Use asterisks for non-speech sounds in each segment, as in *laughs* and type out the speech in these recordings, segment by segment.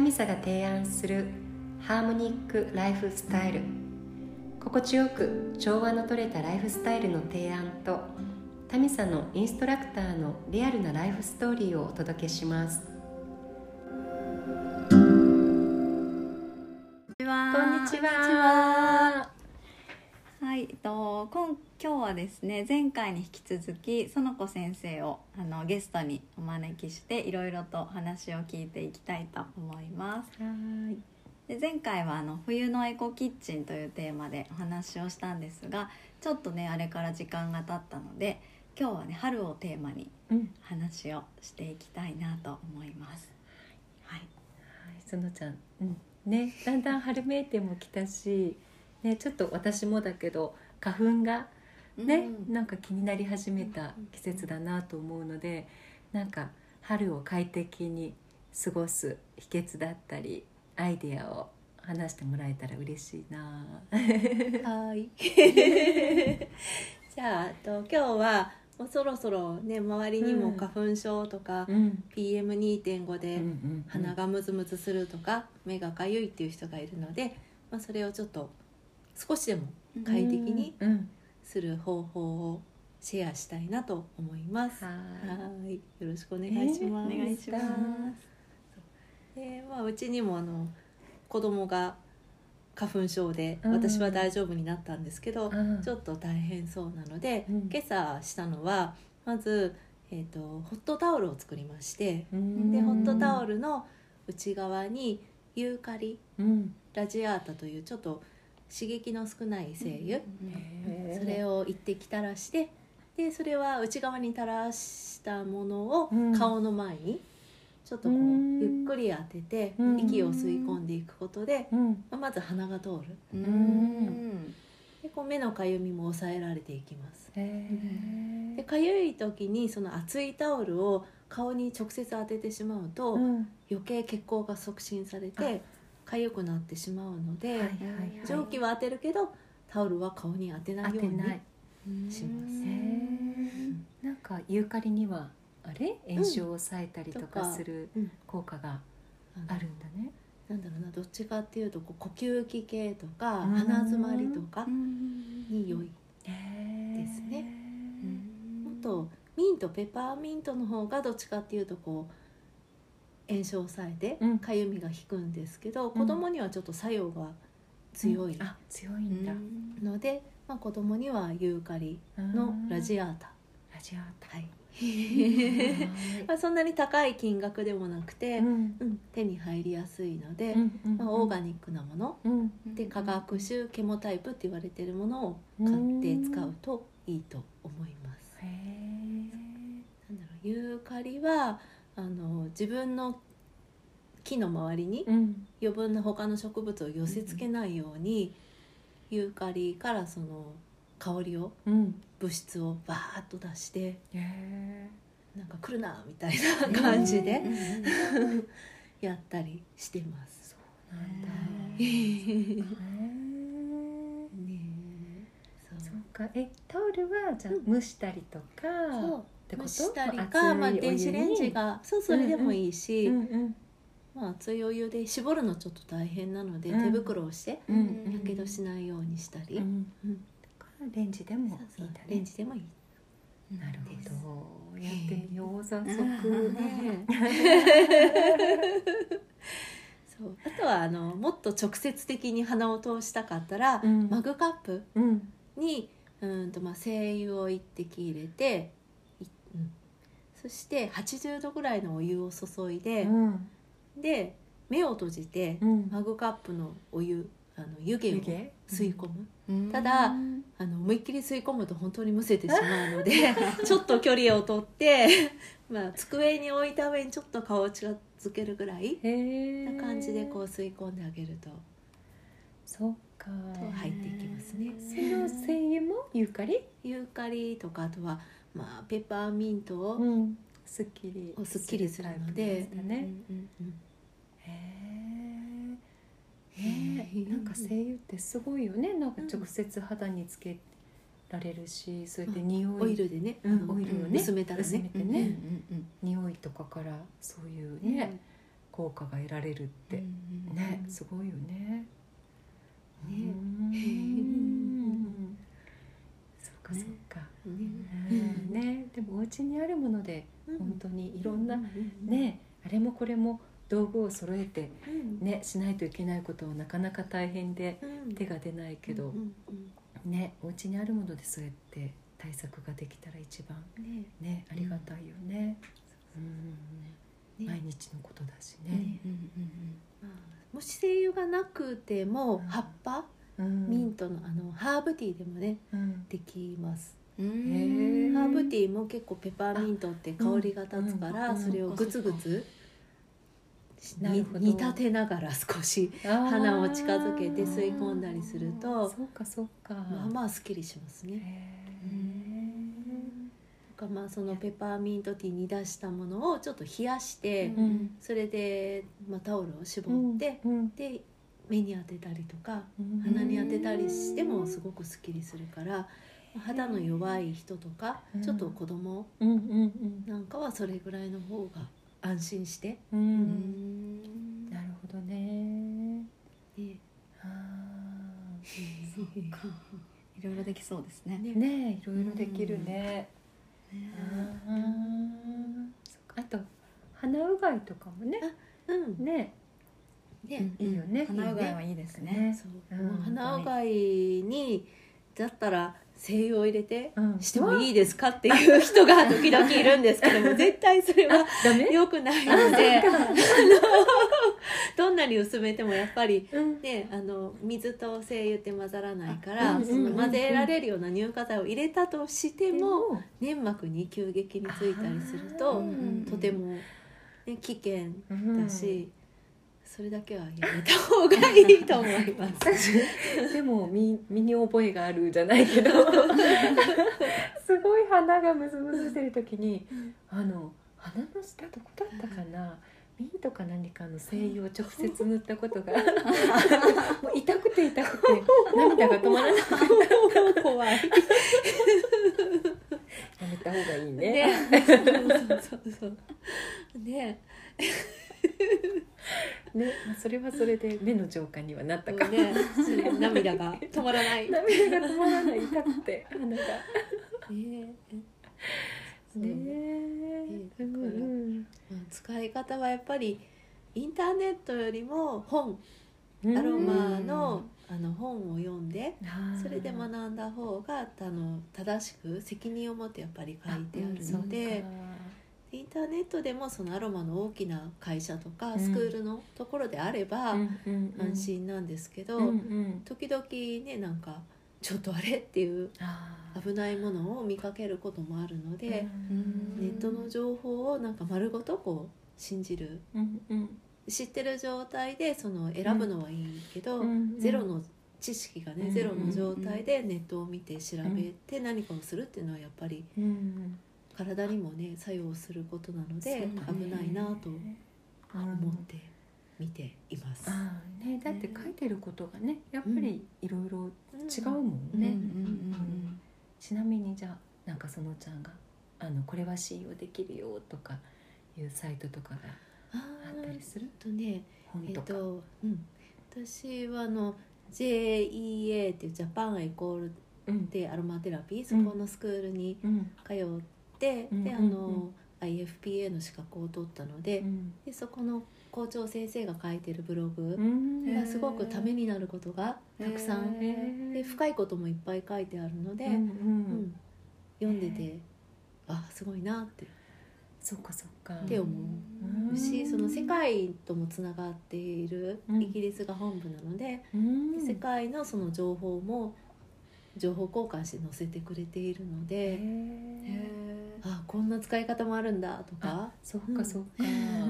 ミサが提案するハーモニックライフスタイル心地よく調和のとれたライフスタイルの提案とタミサのインストラクターのリアルなライフストーリーをお届けしますこんにちは。こんにちははい、えっと今今日はですね前回に引き続き園子先生をあのゲストにお招きしていろいろとお話を聞いていきたいと思います。はいで前回はあの冬のエコキッチンというテーマでお話をしたんですが、ちょっとねあれから時間が経ったので今日はね春をテーマにうんお話をしていきたいなと思います。はい。はい、そのちゃん、うん、ね、だんだん春めいても来たし、ね、ちょっと私もだけど花粉がね、うんなんか気になり始めた季節だなと思うので、なんか春を快適に過ごす秘訣だったりアイデアを話してもらえたら嬉しいな。はい。じゃあ、えっと今日はもうそろそろね周りにうもん花粉症とか、ん、 PM2.5 うでん、鼻がムズムズするとか、目がかゆいっていう人がいるので、まあそれをちょっと少しでも快適にうん、うん、する方法をシェアしたいなと思います。は、はいよろしくお願いしおます。願いします。でまあうちにもあの子供が花粉症で、うん私は大丈夫になったんですけど、うんちょっと大変そうなので、うん今朝したのはまず、えー、とホットタオルを作りましてい。でホットタオル、ルの内側にユーカリうん、ラジアータというちょっと刺激の少ない精油、それを、を一滴垂らしてでそれは内側に垂らしたものをうん顔の前にちょっとこううんゆっくり当ててうん息を吸い込んでいくことでうん、まあまず鼻が通るうんん。でこう目のかゆみも抑えられていきますへでかゆい時にその熱いタオルを顔に直接当ててしまうとうん、余計血行が促進されてかゆくなってしまうので、はいはいはい蒸気は当てるけどタオルは顔に当てない当ようてにないしますねなんかユーカリにはあれ炎症を抑えたりととかかするうん効果があのあるんだね。なんだろうなどっちかっていうとこう呼吸器系とかうん鼻づまりとかにに良い、ですすねもっとミントペパーミントの方がどっちかっていうとこう炎症を抑えてうんかゆみが引くんですけど、ん子供にはちょっと作用が強いあ強いんだ。ので、まあ、子供にはユーカリのラジアータ、アラジアータ。はいはまあ、そんなに高い金額でもなくいて、うんうん手に入りやすいので、うんうんまあ、オーガニックなものうんで化学種ケモタイプって言われてるものを買って使うといいと思います。へーなんだろうユーカリはあの自分の木の周りにうん余分な他の植物を寄せ付けないように、ユーカリからその香りをうん物質をバーッと出してへなんか来るなみたいな感じでね。やったりしてます。ーなんだ。へへーねえそそううかえタオルはじゃあうん蒸したりとかそうってでこと？したり熱いか、まあ、お湯に電子レンジがそうそれでもいいし、うんうんまあ、熱いお湯で絞るのちょっと大変なので、うん手袋をしてうんうんやけどしないようにしたり、うんうんだからレンジでもそいうそいうんだね。レンジでもいい。なるですほど。やってみよう早速。ねそうあとはあのもっと直接的に鼻を通したかったら、うんマグカップうん。にうんと、まあ、精油を一滴入れて、いうんそして80度ぐらいのお湯を注いでう、ん。で目を閉じて、うん。マグカップのお湯あの湯気を湯気吸い込む、うんただあの思いっきり吸い込むと本当にむせてしまう *laughs* のでちょっと距離を取って、まあ、机に置いた上にちょっと顔を近づけるぐらいへえ。な感じでこう。吸い込んであげるとそうか。と入っていきますね。その精油もユーカリ？ユーカリとかあとは、まあ、ペパーミントを、ん。すっきり。すっきりするのでタイプなんだね。うんうんうんへえ。ねえ。なんか精油ってすごいよね。なんか直接肌につけられるし、それで匂い。オイ。ルでね、うんあのオイルをね薄めたら薄めねてね。匂いとかからそういうね。うんこ効果が得られるって、ねすごいよね。ねうんへー *laughs* そっかそっか。うんうんねでもお家にあるもので本当にいろんなねあれもこれも道具を揃えてねしないといけないことはなかなか大変で手が出ないけどねお家にあるものでそうやって対策ができたら一番ねねありがたいよね。うんね毎日のことだしね。ねもし精油がなくても葉っぱミントのあのハーブティーでもねうんできますへーハーブティーも結構ペパーミントって香りが立つから、うんうんそれをグツグツしなるほど煮立てながら少し鼻鼻を近づけて吸い込んだりするとそうかそうかまあまあすっきりしますね。へとかまあそのペパーミントティーに出したものをちょっと冷やして、んそれで、まあ、タオルを絞ーうんって、うんで目に当てたりとかうん鼻に当てたりしてもすごくすっきりするから肌の弱い人とか、うんちょっと子供うんうんなんかはそれぐらいの方が安心して、うんううんんなるほどねねあーそうかいろいろできそうですね。ねねえいろいろできるねあーあと鼻うがいとかもねうんねね、いいよね鼻うがいはいいですね。ねそう、うんもう鼻うがいにだったら精油を入れてうんしてもいいですかっていう人が時々いるんですけ *laughs* ども絶対それはダメ良くないのでどんなに薄めてもやっぱりうんねあの水と精油って混ざらないかあらうんその混ぜられるような乳化剤を入れたとしてでも粘膜に急激についたりするとうんとても、ね、危険うんだし、それだけはやめた方がいいと思います。 *laughs* *laughs* でも身身に覚えがあるじゃないけ *laughs* どすごい鼻がムズムズしてる時にあの鼻の下どこだったかなミントか何かの精油を直接塗ったこと *laughs* がもう痛くて痛くて涙が止まらない怖いやめた方がいいねね。そうそうそうね。ね、まあそれはそれで目の浄化にはなったかも、ね、涙が止まらない。*laughs* ね。涙が止まらない痛くて鼻がそうねえ、うんうんまあ使い方はやっぱりインターネットよりも本、うんアロマのあの本を読んで。それであー学んだ方があの正しく責任を持ってやっぱり書いてあるそうのでか、インターネットでもそのアロマの大きな会社とか、うんスクールのところであればうんうんうん安心なんですけど、うんうん時々ねなんかちょっとあれっていうあー危ないものを見かけることもあるので、うんネットの情報をなんか丸ごとこう信じるうんうん知ってる状態でその選ぶのはいいけど、うんゼロの知識がね、うんゼロの状態でネットを見て調べて何かをするっていうのはやっぱりうん体にもね作用することなのでそうね危ないなとうん思って見ています。あーねだって書いてることがねやっぱりいろいろ違うもんねね、ちなみにじゃあなんかそのちゃんがあのこれは信用できるよとかいうサイトとかがああーったりするえっとね本えっとか、と、うん、私はあの JEA っていうジャパンエコールうんでアロマテラピーそうんこのスクールにうん通って、うんであの、IFPA の資格を取ったので,、うんでそこの校長先生が書いてるブログうんがすごくためになることがたくさん、で深いこともいっぱい書いてあるので、うんううんん読んでて、あすごいなってそっかそっか手をうんし、その世界ともつながっているうんイギリスが本部なので、うん世界のその情報も情報交換して載せてくれているので。へーあこんな使い方もあるんだとかそっうかんそっか、な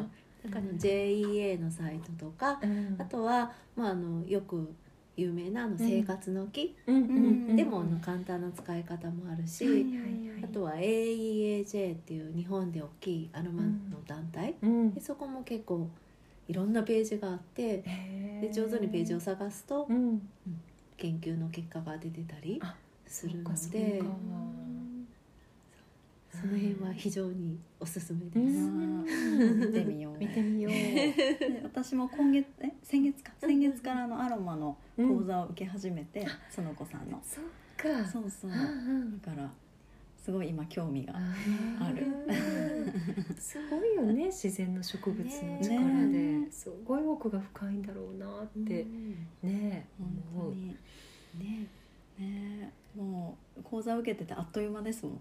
んかあの JEA のサイトとか、うんあとは、まあ、あのよく有名なあの生活の木、うんうんうんでもあの簡単な使い方もあるし、はいはいはいあとは AEAJ っていう日本で大きいアロマの団体、うんでそこも結構いろんなページがあってへで上手にページを探すとうん研究の結果が出てたりあするのそっかそっでかその辺はは非常におすすめです。うんうん見てみよう見てみよう。で私も今月え先月か先月からのアロマの講座を受け始めて、その子さんのそっか。そうそううだんうんからすごい今興味があーある。 *laughs* すごいよね、自然の植物の力ねで、すごい奥が深いんだろうなってね本当思う。にね。ねもう講座受けててあっという間ですもん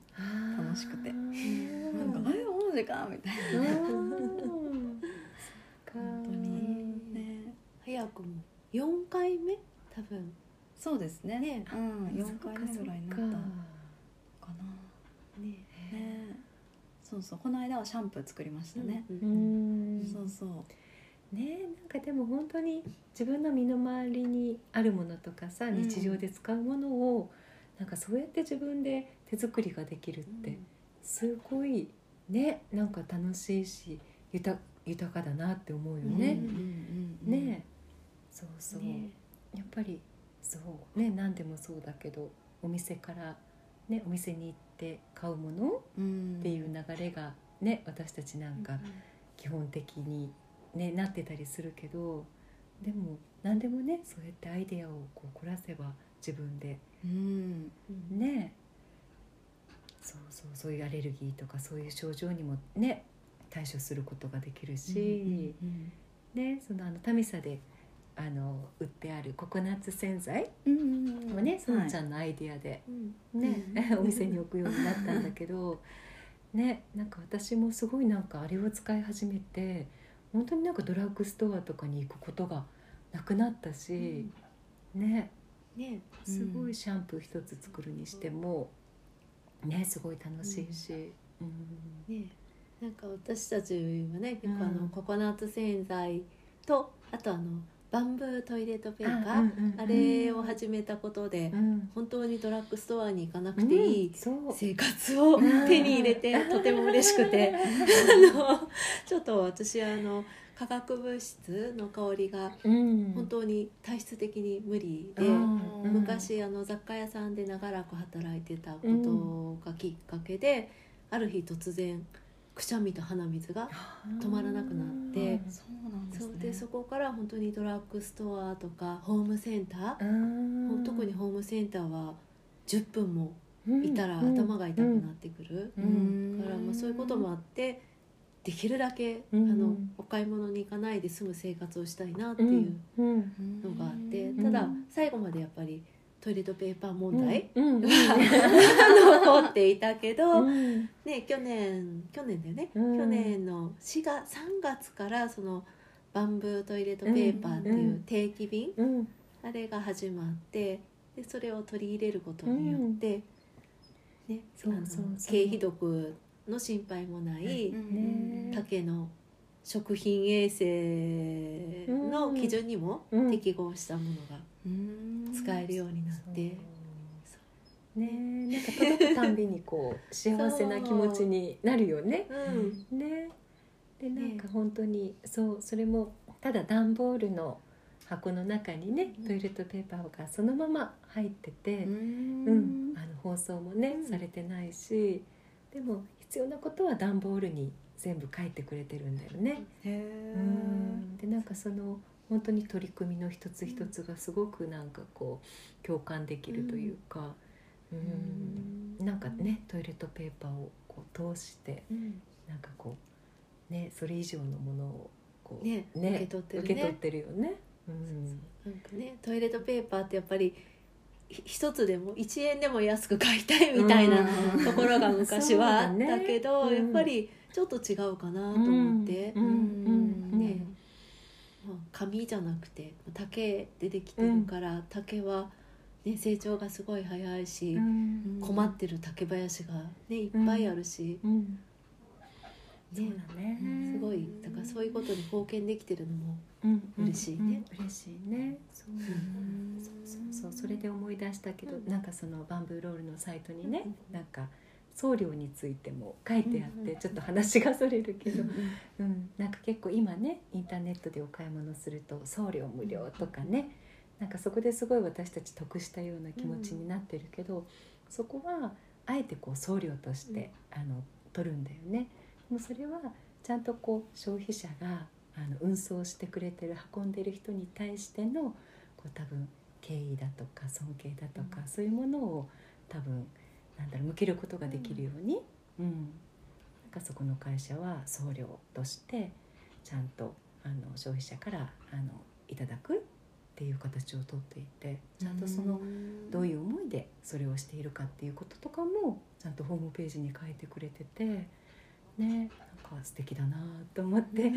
楽しくてあなーんか「えもう時間」みたいなうんそっか本当にね早くも四回目多分そうですねねうん、4回目ぐらいになったそっのかかなねねそうそうこの間はシャンプー作りましたね、ううんんそうそうねなんかでも本当に自分の身の回りにあるものとかさん日常で使うものを、なんかそうやって自分で手作りができるって、すごいねなんか楽しいし豊豊かだなって思うようんねう。んうんうんねそうそう、ねやっぱりそうね何でもそうだけどお店から、ね、お店に行って買うものうんっていう流れが、ね、私たちなんか基本的に、ね、なってたりするけどでも何でもねそうやってアイデアをこう凝らせば自分でうんねそうそうそういうアレルギーとかそういう症状にもね対処することができるし、うんね、そのあのタミサであの売ってあるココナッツ洗剤うんもね、そのちゃんんのアイデアで、うんね *laughs* うんお店に置くようになったんだけど *laughs* ねなんか私もすごいなんかあれを使い始めて本当になんかドラッグストアとかに行くことがなくなったし、ねねすごいシャンプー一つ作るにしても、ねすごい楽しいし。うんねなんか私たちはね結構あうの、んココナッツ洗剤とあとあのバンブートイレットペーパーうあ,、んうんうんれを始めたことで、うん本当にドラッグストアに行かなくていいそう生活を手に入れてとても嬉しく *laughs* てあのちょっと私あの化学物質の香りがうん本当に体質的に無理で、うんうん昔あの雑貨屋さんで長らく働いてたことがきっかけで、ある日突然くしゃみと鼻水が止まらなくなってそうなんですそうねでそこから本当にドラッグストアとかホームセンタうー、ん特にホームセンターは10分もいたらうん頭が痛くなってくる、ううんんだからまあそういうこともあってできるだけ、うんあのお買い物に行かないで済む生活をしたいなっていううんうんのがあって、うんたうだん最後までやっぱりトイレットペーパー問題うんうんは、あの残っていたけど、うんね、去年去年だよね、うん去年の4月3月からそのバンブートイレットペーパーっていう定期便、うんあれが始まってでそれを取り入れることによって、ね、そうあのそうそう経費毒の心配もない、ね竹の食品衛生の基準にもうん適合したものがうん使えるようになって、そうねえなんか届くたんびにこう幸せな気持ちになるよね。うんねでなねんか本当にそうそれもただ段ボールの箱の中にねうんトイレットペーパーがそのまま入ってて、ううんんあの包装もね、うんされてないしでも必要なことは段ボールに全部書いてくれてるんだよね。うへえんでなんかその本当に取り組みの一つ一つがすごくなんかこう共感できるというか、うんなんかねトイレットペーパーをこう通してうんなんかこうねそれ以上のものをこうね受け取ってるね受け取ってるよね。うんなんかねトイレットペーパーってやっぱりひ一つでも1円でも安く買いたいみたいなうんところが昔はあそうっだねたけど、うんやっぱりちょっと違うかなと思って、うんうんうんねまあ紙じゃなくて竹でできてるから、竹は、ね、成長がすごい早いし、うん困ってる竹林が、ね、いっぱいあるし、うんそうねだね、すごいだからそういうことに貢献できてるのもうん嬉しいねうん嬉しいねそううんそうそうそうそれで思い出したけど、うんなんかそのバンブーロールのサイトにね、なんか送料についても書いてあって、うんちょっと話がそれるけど、うん、なんか結構今ねインターネットでお買い物すると送料無料とかね、なんかそこですごい私たち得したような気持ちになってるけど、そこはあえてこう送料として、あの取るんだよね。でもそれはちゃんとこう消費者があの運送してくれてる運んでる人に対してのこう多分敬意だとか尊敬だとか、うんそういうものを多分なんだろう向けることができるように、うんなんかそこの会社は送料としてちゃんとあの消費者からあのいただくっていう形をとっていてちゃんとそのどういう思いでそれをしているかっていうこととかもちゃんとホームページに書いてくれててねなんか素敵だなと思って *laughs* こ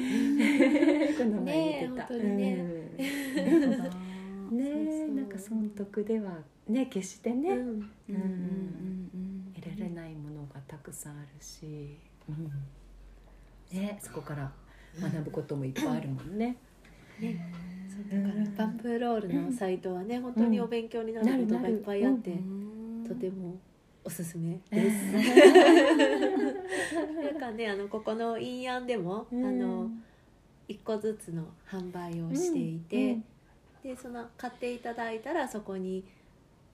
の前ねえ見てた。本当にねうんなるほどうんねえなんか損得ではね決してね、うんうんうんうんうん得られないものがたくさんあるし、うんねそこから学ぶこともいっぱいあるもんね。ねそうだからバンプーロールのサイトはね、本当にお勉強になることがいっぱいあって、うんとてもおすすめです。 *laughs* なんかねあのここのインヤンでも、あの一個ずつの販売をしていて、でその買っていただいたらそこに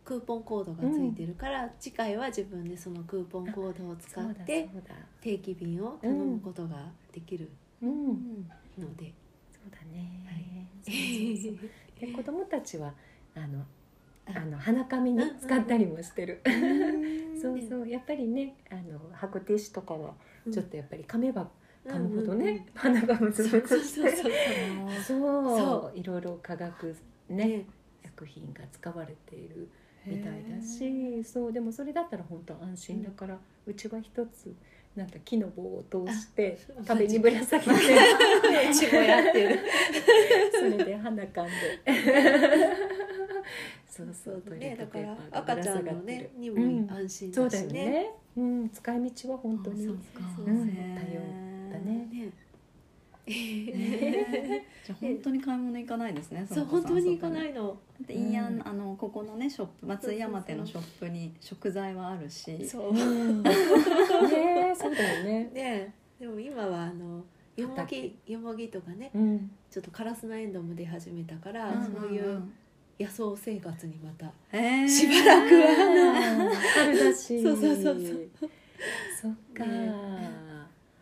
クーポンコードがついてるから、次回は自分でそのクーポンコードを使そうっだてそうだ、定期便を頼むことができるうんので、そうだね。そうそうそ *laughs* うで子供たちはあのあの鼻紙に使ったりもしてる。そうそうやっぱりねあの箱ティッシュとかはうんちょっとやっぱり噛めば噛むほどうんうんうんね、鼻がむつそうむそうつ *laughs* しそうて。そうそうそいろいろ化学ね *laughs* ね薬品が使われているみたいだしそうでもそれだったら本当安心だから、うちは一つなんか木の棒を通してあ壁にぶら下げ *laughs* てうちもやってるそれで鼻かんで *laughs* そうそうトイレねットペだかーパらーがぶ赤らちゃ下んがっのてねる、にも安心そうだしだよねね,、うん、使い道は本当にそうねかそううんね多様だねねねじゃあ本当に買い物行かないですねそう本当に行かないいのでインアンうんあのここのねショップ松井山手のショップに食材はあるしそううんねえそうだよね、ねでも今はあのよも畑ぎよもぎとかねうん、ちょっとカラスのエンドウも出始めたから、んんんそういう野草生活にまたえーしばらくは春だしそうそうそうそうそっか、ね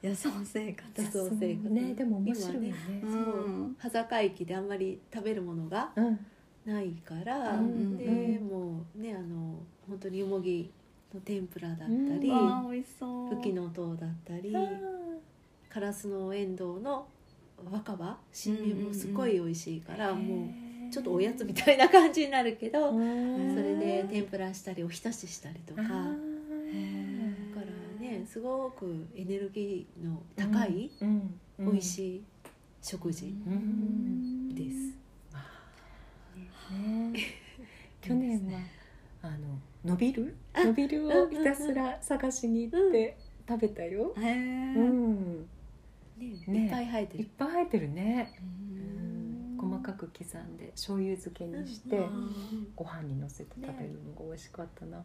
野草生活野草生活ねでも面白いよねうそうん羽坂駅であんまり食べるものがうんないから、うんでもうねあの本当によもぎの天ぷらだったり、うわあ美味しそうふきのとうだったり、カラスのエンドウの若葉新芽もすごい美味しいから、もうちょっとおやつみたいな感じになるけど、うんそれで天ぷらしたりおひたししたりとかあだーからねすごくエネルギーの高い、うんうん美味しい食事うんです、 *laughs* ね去年はあの伸びるあ伸びるをひたすら探しに行って食べたよ、へえうん、ねねいっぱい生えていっるぱい生えてるね、うん、細かく刻んで醤油漬けにして、うんご飯にのせて食べるのが美味しかったな、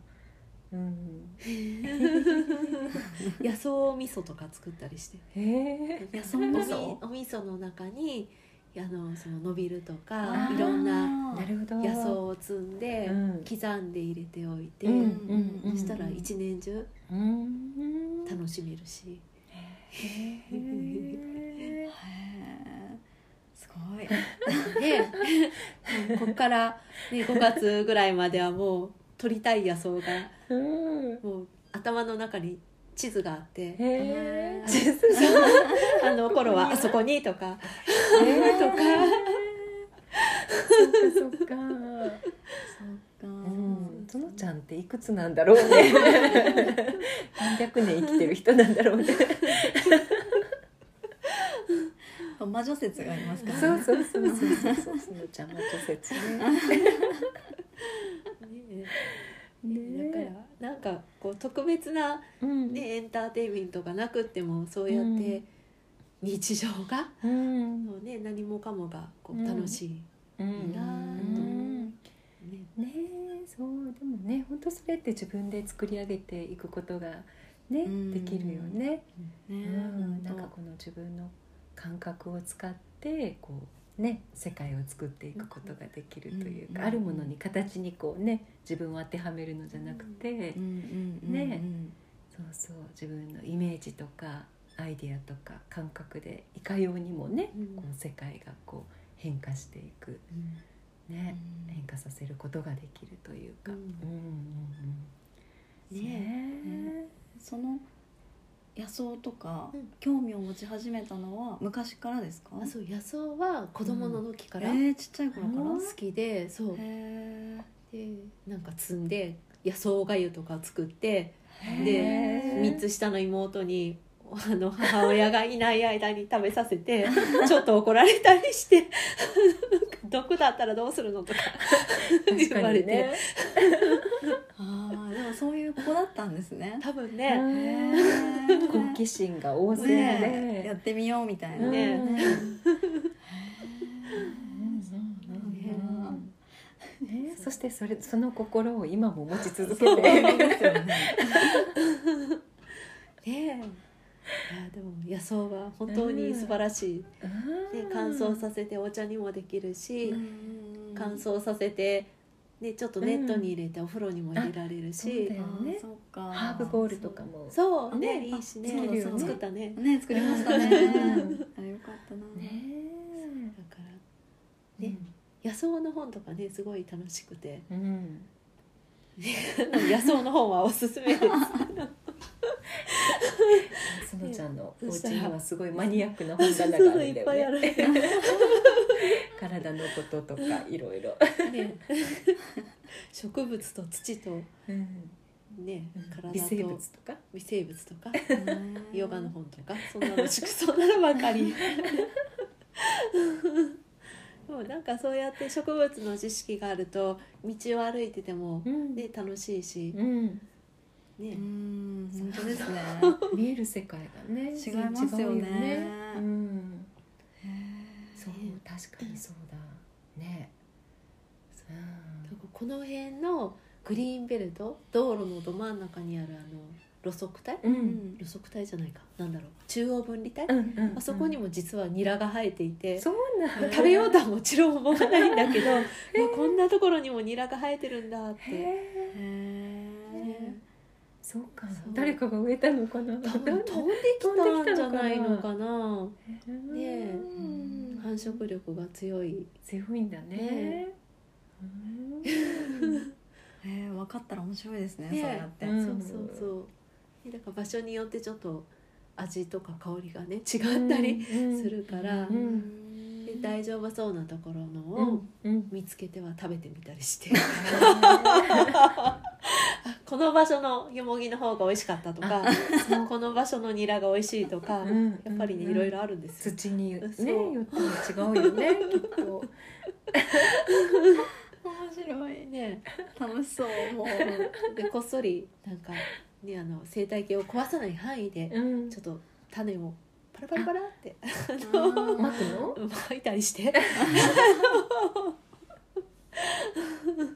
うん野草味噌とか作ったりしてへえ野草味噌 *laughs* おみお味噌の中にあのその伸びるとあかーいろんななるほど野草を摘んで、うん刻んで入れておいて、うんうんそしたら一年中うん楽しめる *laughs* し、へーへえすごいね *laughs* もうここから、ね、5月ぐらいまではもう取りたい野草がうんもう頭の中に地図があってへえ地あの頃はあそこにとかと *laughs* かそっかそっかそっかうんとのちゃんっていくつなんだろうね何百年生きてる人なんだろうね魔女説がありますからねそうそうそうそうそうそうそのちゃん魔女説ねねねだからなんかこう特別な、ねうんエンターテインメントがなくってもそうやっうてん日常が、うんもうね、何もかもがこううん楽しい、うんなあとうんねねえそうでもね本当それって自分で作り上げていくことがねうんできるよね。うねんなんか本この自分の感覚を使ってこうね世界を作っていくことができるといううんかあるものに形にこうね自分を当てはめるのじゃなくて当うんうんうんうんねそうそう自分のイメージとかアイディアとか感覚でいかようにもね、うんこの世界がこう変化していく、ね変化させることができるというか。うんうんうんうんねその野草とか、うん興味を持ち始めたのは昔からですかあそう野草は子供の時からえ好ー、ちっちゃい頃から、うんきで、そうへでなんか摘んで野草おがゆとか作ってーでへー3つ下の妹にあの母親がいない間に食べさせて *laughs* ちょっと怒られたりして *laughs* 「毒だったらどうするの?」とか確言かわれにて、ねあーでもそういう子だったんですね多分うね、んへー好奇心が旺盛でねえね。やってみようみたいなねねうんへうんーうんねそうそしてそれその心を今も持ち続そけ *laughs* うでて。すよねねえいやでも野草は本当に素晴らしい、うんね、乾燥させてお茶にもできるし、乾燥させて、ね、ちょっとネットに入れてお風呂にも入れられるうんあそうし、だよねあーそっかハーブボールとかも。そうねねいいしねそうだそうだ作ったねね作りましたねうんあよかったなねだからね野草の本とかねすごい楽しくて *laughs* うん。野草の本はおすすめですすのちゃんのおそし家たらにはすごいマニアックな *laughs* 本そう棚そがあうるいんだっぱいあよね。*laughs* るね体のこととかいろいろ。植物と土とうんね体と微生物とか。微生物とかねヨガの本とかそんなのしくそんなのばかりでもなんかそうやって植物の知識があると道を歩いてても、んね、楽しいし、うん。うねん本当ですね見える世界がね違いますよね違ううん、へそう確かにそうだねなんかこの辺のグリーンベルト道路のど真ん中にあるあの路側帯うんうーうん路側帯じゃないかなんだろう中央分離帯、うんうんあそこにも実はニラが生えていて、そうなんだ食べようとはもちろん思わないんだけど、まあ、こんなところにもニラが生えてるんだっへて。えへそうかそう誰かが植えたのかな多分飛んできたんじゃないのかな。ねねえうん繁殖力が強い。強いんだねねうんえー、分かったら面白いですねねえそうやって、うそんうそうそう。ねだから場所によってちょっと味とか香りがね違ったりするから、うんで大丈夫そうなところのうをんうん見つけては食べてみた *laughs* りして、この場所のよもぎの方が美味しかったとか、この場所のニラが美味しいとか、うんやっぱりねいろいろあるんですよ。土にねそうよっても違うよねきっと面白いね。楽しそうもうでこっそりなんか、ね、あの生態系を壊さない範囲でうんちょっと種をパラパラパラって *laughs* 巻くのうん撒いたりしてそ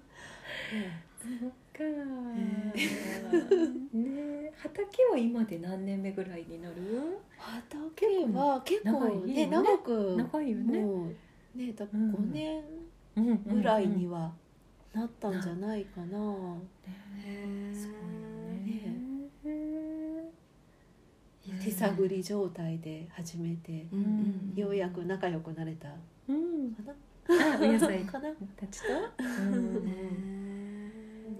っかね畑は今で何年目ぐらいになる畑は結構長いねね長く長いよねもうね多うん分5年ぐぐらいにははなったんじゃないかな。へーすごいよね手探り状態で始めてうんうんようやく仲良くなれたかうんな。あお野菜かな。たちとうんね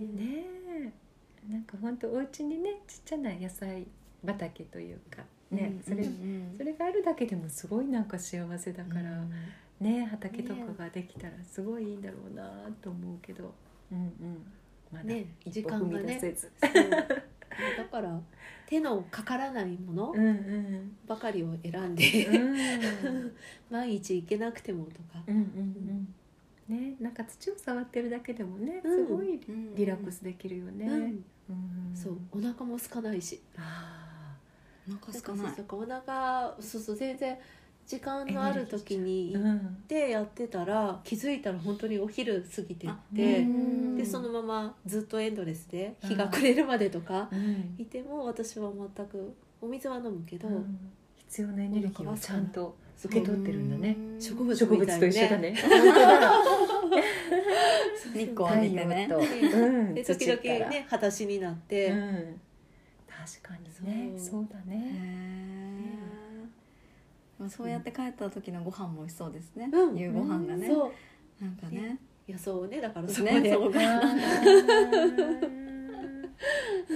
ねえなんか本当お家にねちっちゃな野菜畑というかねそれそれがあるだけでもすごいなんか幸せだから、ね畑とかができたらすごいいいんだろうなと思うけど、うんうんまだね一歩踏み出せず、そうだから手のかからないものうんうんばかりを選んうんうでん毎日行けなくてもとかうんうんねなんか土を触ってるだけでもねうすんごいリラックススできるよね、うんうんそうお腹も空かないしあなんかすかないんかそうそうお腹そうそう全然時間のある時ーにう行っんてやってたら気づいたら本当にお昼過ぎてっあうてんでそのままずっとエンドレスで日が暮れるまでとかうんいても私は全くお水は飲むけどうん必要なエネルギーをちゃんと受け取ってるんだね植植物みた植物といね一緒だね *laughs* 本当だ日光太浴びて陽ねと、うん、で時々土からね裸足になって、うん、確かにねそそううだねまあそうやって帰った時のご飯も美味しそうですね、うん夕ご飯がね、そうなんかね予想をねだからねそこで、そこあがー *laughs*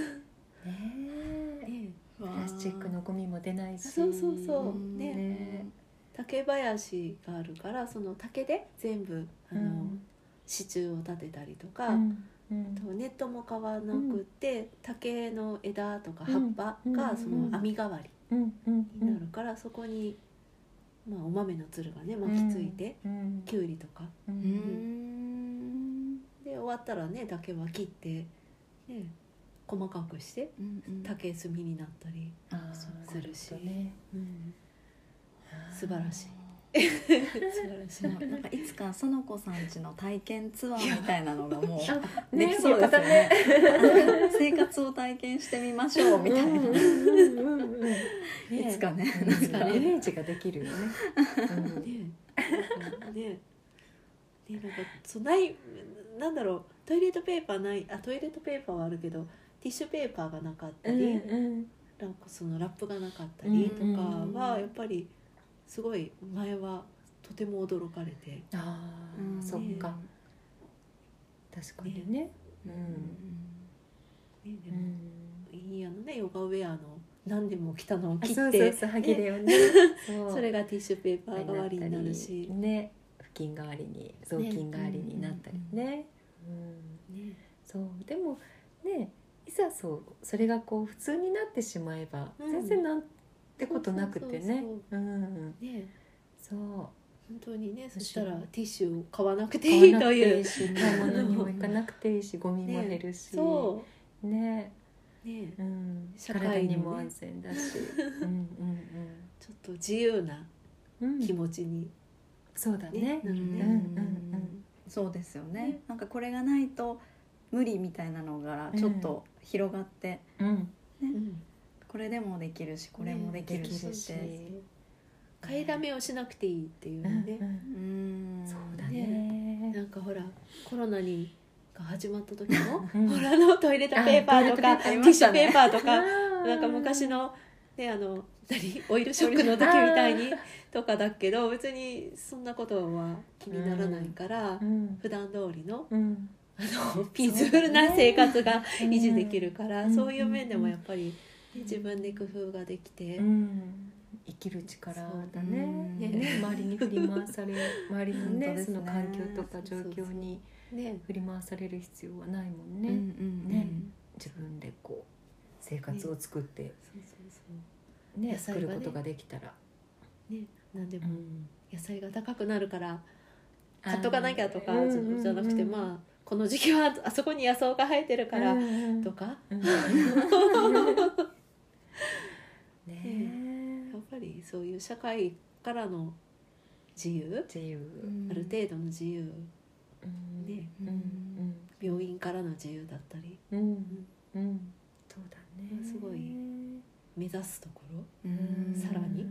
*laughs* ねねえプラスチックのゴミも出ないしそうそうそううんねね竹林があるからその竹で全部あうの、ん支柱を立てたりとか、うんうんとネットも買わなくて、竹の枝とか葉っぱうんうがんその網代わりうんうんうになるんから、そこに、まあ、お豆のつるがね巻きついて、うんきゅうりとかううんんで終わったらね竹は切って、ね、細かくしてうんうん竹炭になったり、あそうーするしなほどね素晴らしい *laughs* 素晴らしいでもなんかいつか園子さんちの体験ツアーみたいなのがもうあでねきそうですよねあの生活を体験してみましょうみたいな、いいつかねいつかねイメージができるよね。うんねなんかねねなんかそうないなんだろうトイレットペーパーないあトイレットペーパーはあるけどティッシュペーパーがなかったり、なんかそのラップがなかったりとかはやっぱりすごい前はとても驚かれてああ、うんそっか確かにね。うんねでうもんいいあのねヨガウェアの何年も着たのをあ切そっうそうてそう歯切れをね。うそれがティッシュペーパー代わりになるしね布巾代わりに雑巾代わりになったりね。うんねそうでもねいざそうそれがこう普通になってしまえば、うん全然なんてことなくてねそうそううんねそう本当にねそしたむらしろティッシュを買わなくて買いいわなとくていいういし買い物にも行かなくていいしゴミも減るし、そねうねうん、社会のね体にも安全だし、うんちょっと自由なうんうん、気持ちにそうだねねなるね、うんうんうんそうですよねねなんかこれがないと無理みたいなのがちょっと広がって、うん、うんこれでもできるしこれもできるしねっできて、るし買いだめをしなくていいっていううね、んうんそうだねなんかほらコロナにが始まった時も、うんほらあのトイレットペーパーとかあテトイレィットペーパーありましたねッシュペーパーとか、ななんか昔のねあの何オイルショックの時みたいにとかだけど別にそんなことは気にならないから、うん普段通りのうんあのピースフルな生活が維持できるから、うんそういう面でもやっぱり、ね自分で工夫ができて、うん生きる力だねそうねね周りに振り回され周りのね本当ですそねの環境とか状況にね振り回される必要はないもんうね、んうんうんね自分でこう生活を作って、そうそうそね野菜作がねることができたら、うねなんでうもん、野菜が高くなるから買っとかなきゃとかじゃなくてあまあこの時期はあそこに野草が生えてるからとかうん、ねやっぱりそういう社会からの自由自由、うんある程度の自由うんねうん病院からの自由だったりうんうんうんそうだねすごい目指すところうんさらに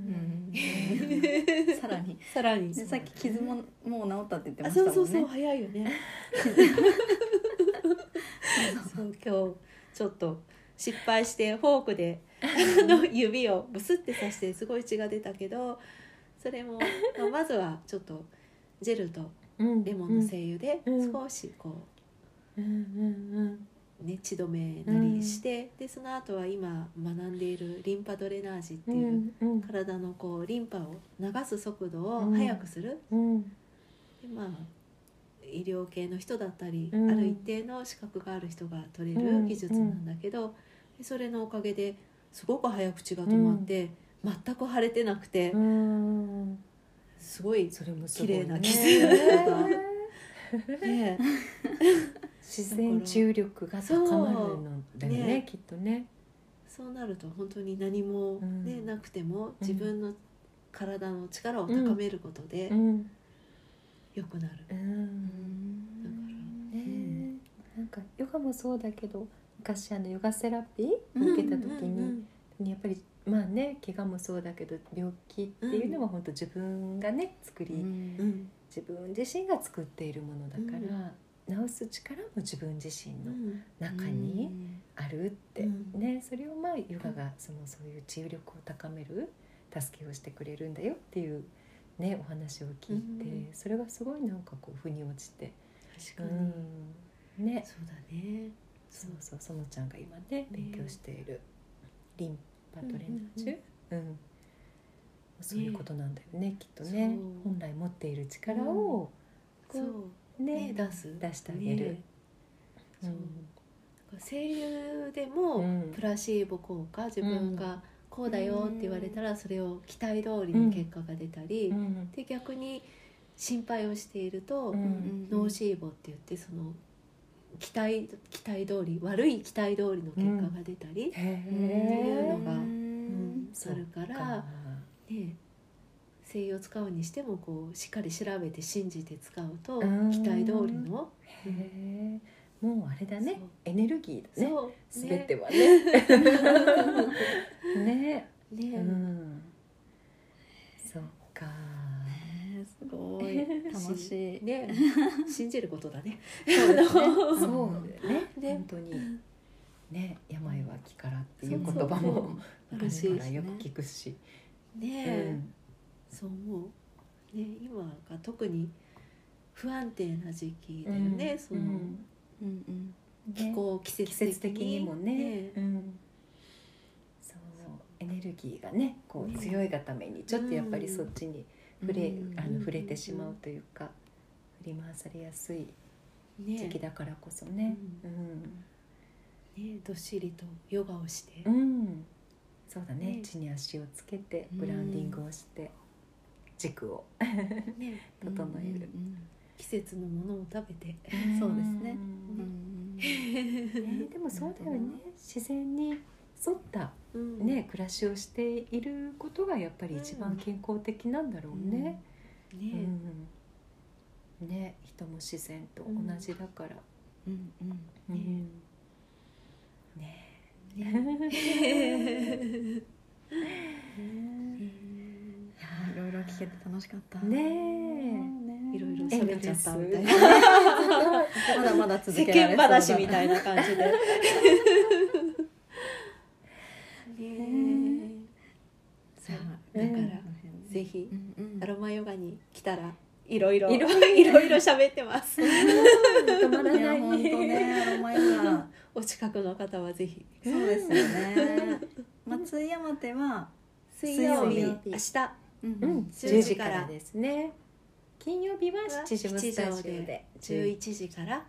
うんさらにさらにでさっき傷ももう治ったって言ってまあしたもんそねうそうそう早いよ *laughs* ねそう今日ちょっと失敗してフォークであの指をブスって刺してすごい血が出たけどそれも、まあまずはちょっとジェルとうんレモンの精油でうん少しこうんうんう、ね、血止めなりして、でその後は今学んでいるリンパドレナージってういんうう、んうん体のこうリンパを流す速度をうん速くするうんでまあ医療系の人だったり、うんある一定の資格がある人が取れうるん技術なんだけど、でそれのおかげですごく早く血が止まって、全く腫れてなくて、うんすごい、それもす綺ごい麗ねな傷が、ね、自然重力が高まるのだよねそうねきっとねそうなると本当に何も、うんねなくても自分の体の力を高めることでうん良くなる。ううんねんえうんなんかヨガもそうだけど昔あのヨガセラピーうんを受けた時うんうにんやっぱりまあね怪我もそうだけど病気っていうのは本当自分がね作り、うんうん自分自身が作っているものだから、うん直す力も自分自身うのん中にあるって、うんね、それをまあヨガがそのそういう治癒力を高める助けをしてくれるんだよっていう、ね、お話を聞いて、うそれがすごいなんかこう腑に落ちて、確かに、うんね、そうだねそそううそうそのちゃんが今ね勉強しているリンパトレーナー中、うんそういうことなんだよねきっとねそう本来持っている力をそうねね出す出してあげる、ねそうなんか声優でも、うんプラシーボ効果自分がこうだよって言われたらそれを期待通りに結果が出たり、うんで逆に心配をしていると、うんノーシーボって言ってその期待期待通り悪い期待通りの結果が出たり、へうんえのがうんあるから、ね声優を使うにしてもこうしっかり調べて信じて使うと、うん期待通りの、へえもうあれだねそうエネルギーだねそうすべねてはねねね、うんそっかねすごい楽しい。ね信じることだね。そうですね。んそうね。ね本当に。ね、病は気からっていう言葉そうもそうそう昔からよく聞くし。ねうえ、んそう思う、ね、今が特に不安定な時期だよね、その、うんうんうん気ね候季節季節的にもねね。うんそうエネルギーがね、こうね強いがためにちょっとやっぱりそっちに触れう、んあの触れてしまうというか。振り回されやすいね時期だからこそね。うん。ねどっしりとヨガをして、うん、そうだねね地に足をつけてうんブランディングをして軸をね、整える、季節のものを食べて、んそうですねんうんうんうんねでもそうだよね自然に沿った、うんね暮らしをしていることがやっぱり一番健康的なんだろうね。ね、うんね人も自然と同じだから。うんうんううんんねうんいろいろ聞けて楽しかった。ねねいろいろえ喋っちゃったみたい遠慮なですまだまだ続世けられ間話みいたいな *laughs* 感じで。ねそうだから、ぜぜひひ、うんうんアロマヨガに来たらいろいろいいろろい *laughs* いろろ喋ってます。止まらいやない本当ねアロマヨガお近くの方はぜひそうですよ *laughs* ね。松井山手は、水曜日水曜日明日うんうん、10 10時時かかららですね金曜日は7時のスタジオで11時から、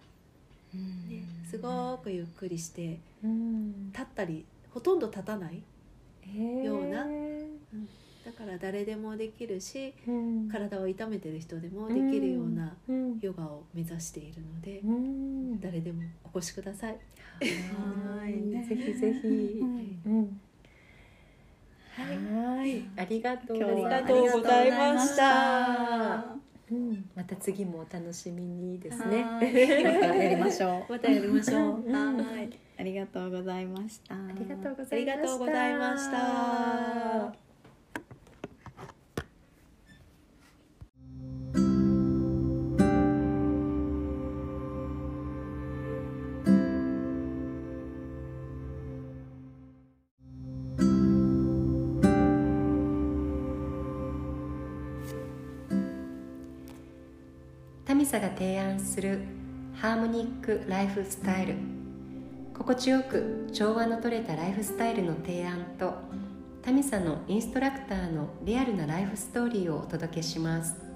ねね、すごくゆっくりしてうん立ったりほとんど立たないようへなーだから誰でもできるしうん体を痛めてる人でもできるようなうんヨガを目指しているのでうん誰でもお越しください。はーいねぜひぜひ、うんうんはーいありがとう今日ごはざあいりがますとうございました。はうんまた次もお楽しみにですねはーい *laughs* ま *laughs* たやりましょう。またやりましょう。うん *laughs* はーい、ありがとうございました。あありがとうごあざいりまがしたとうございました。タミサが提案するハーモニックライフスタイル心地よく調和のとれたライフスタイルの提案とタミサのインストラクターのリアルなライフストーリーをお届けします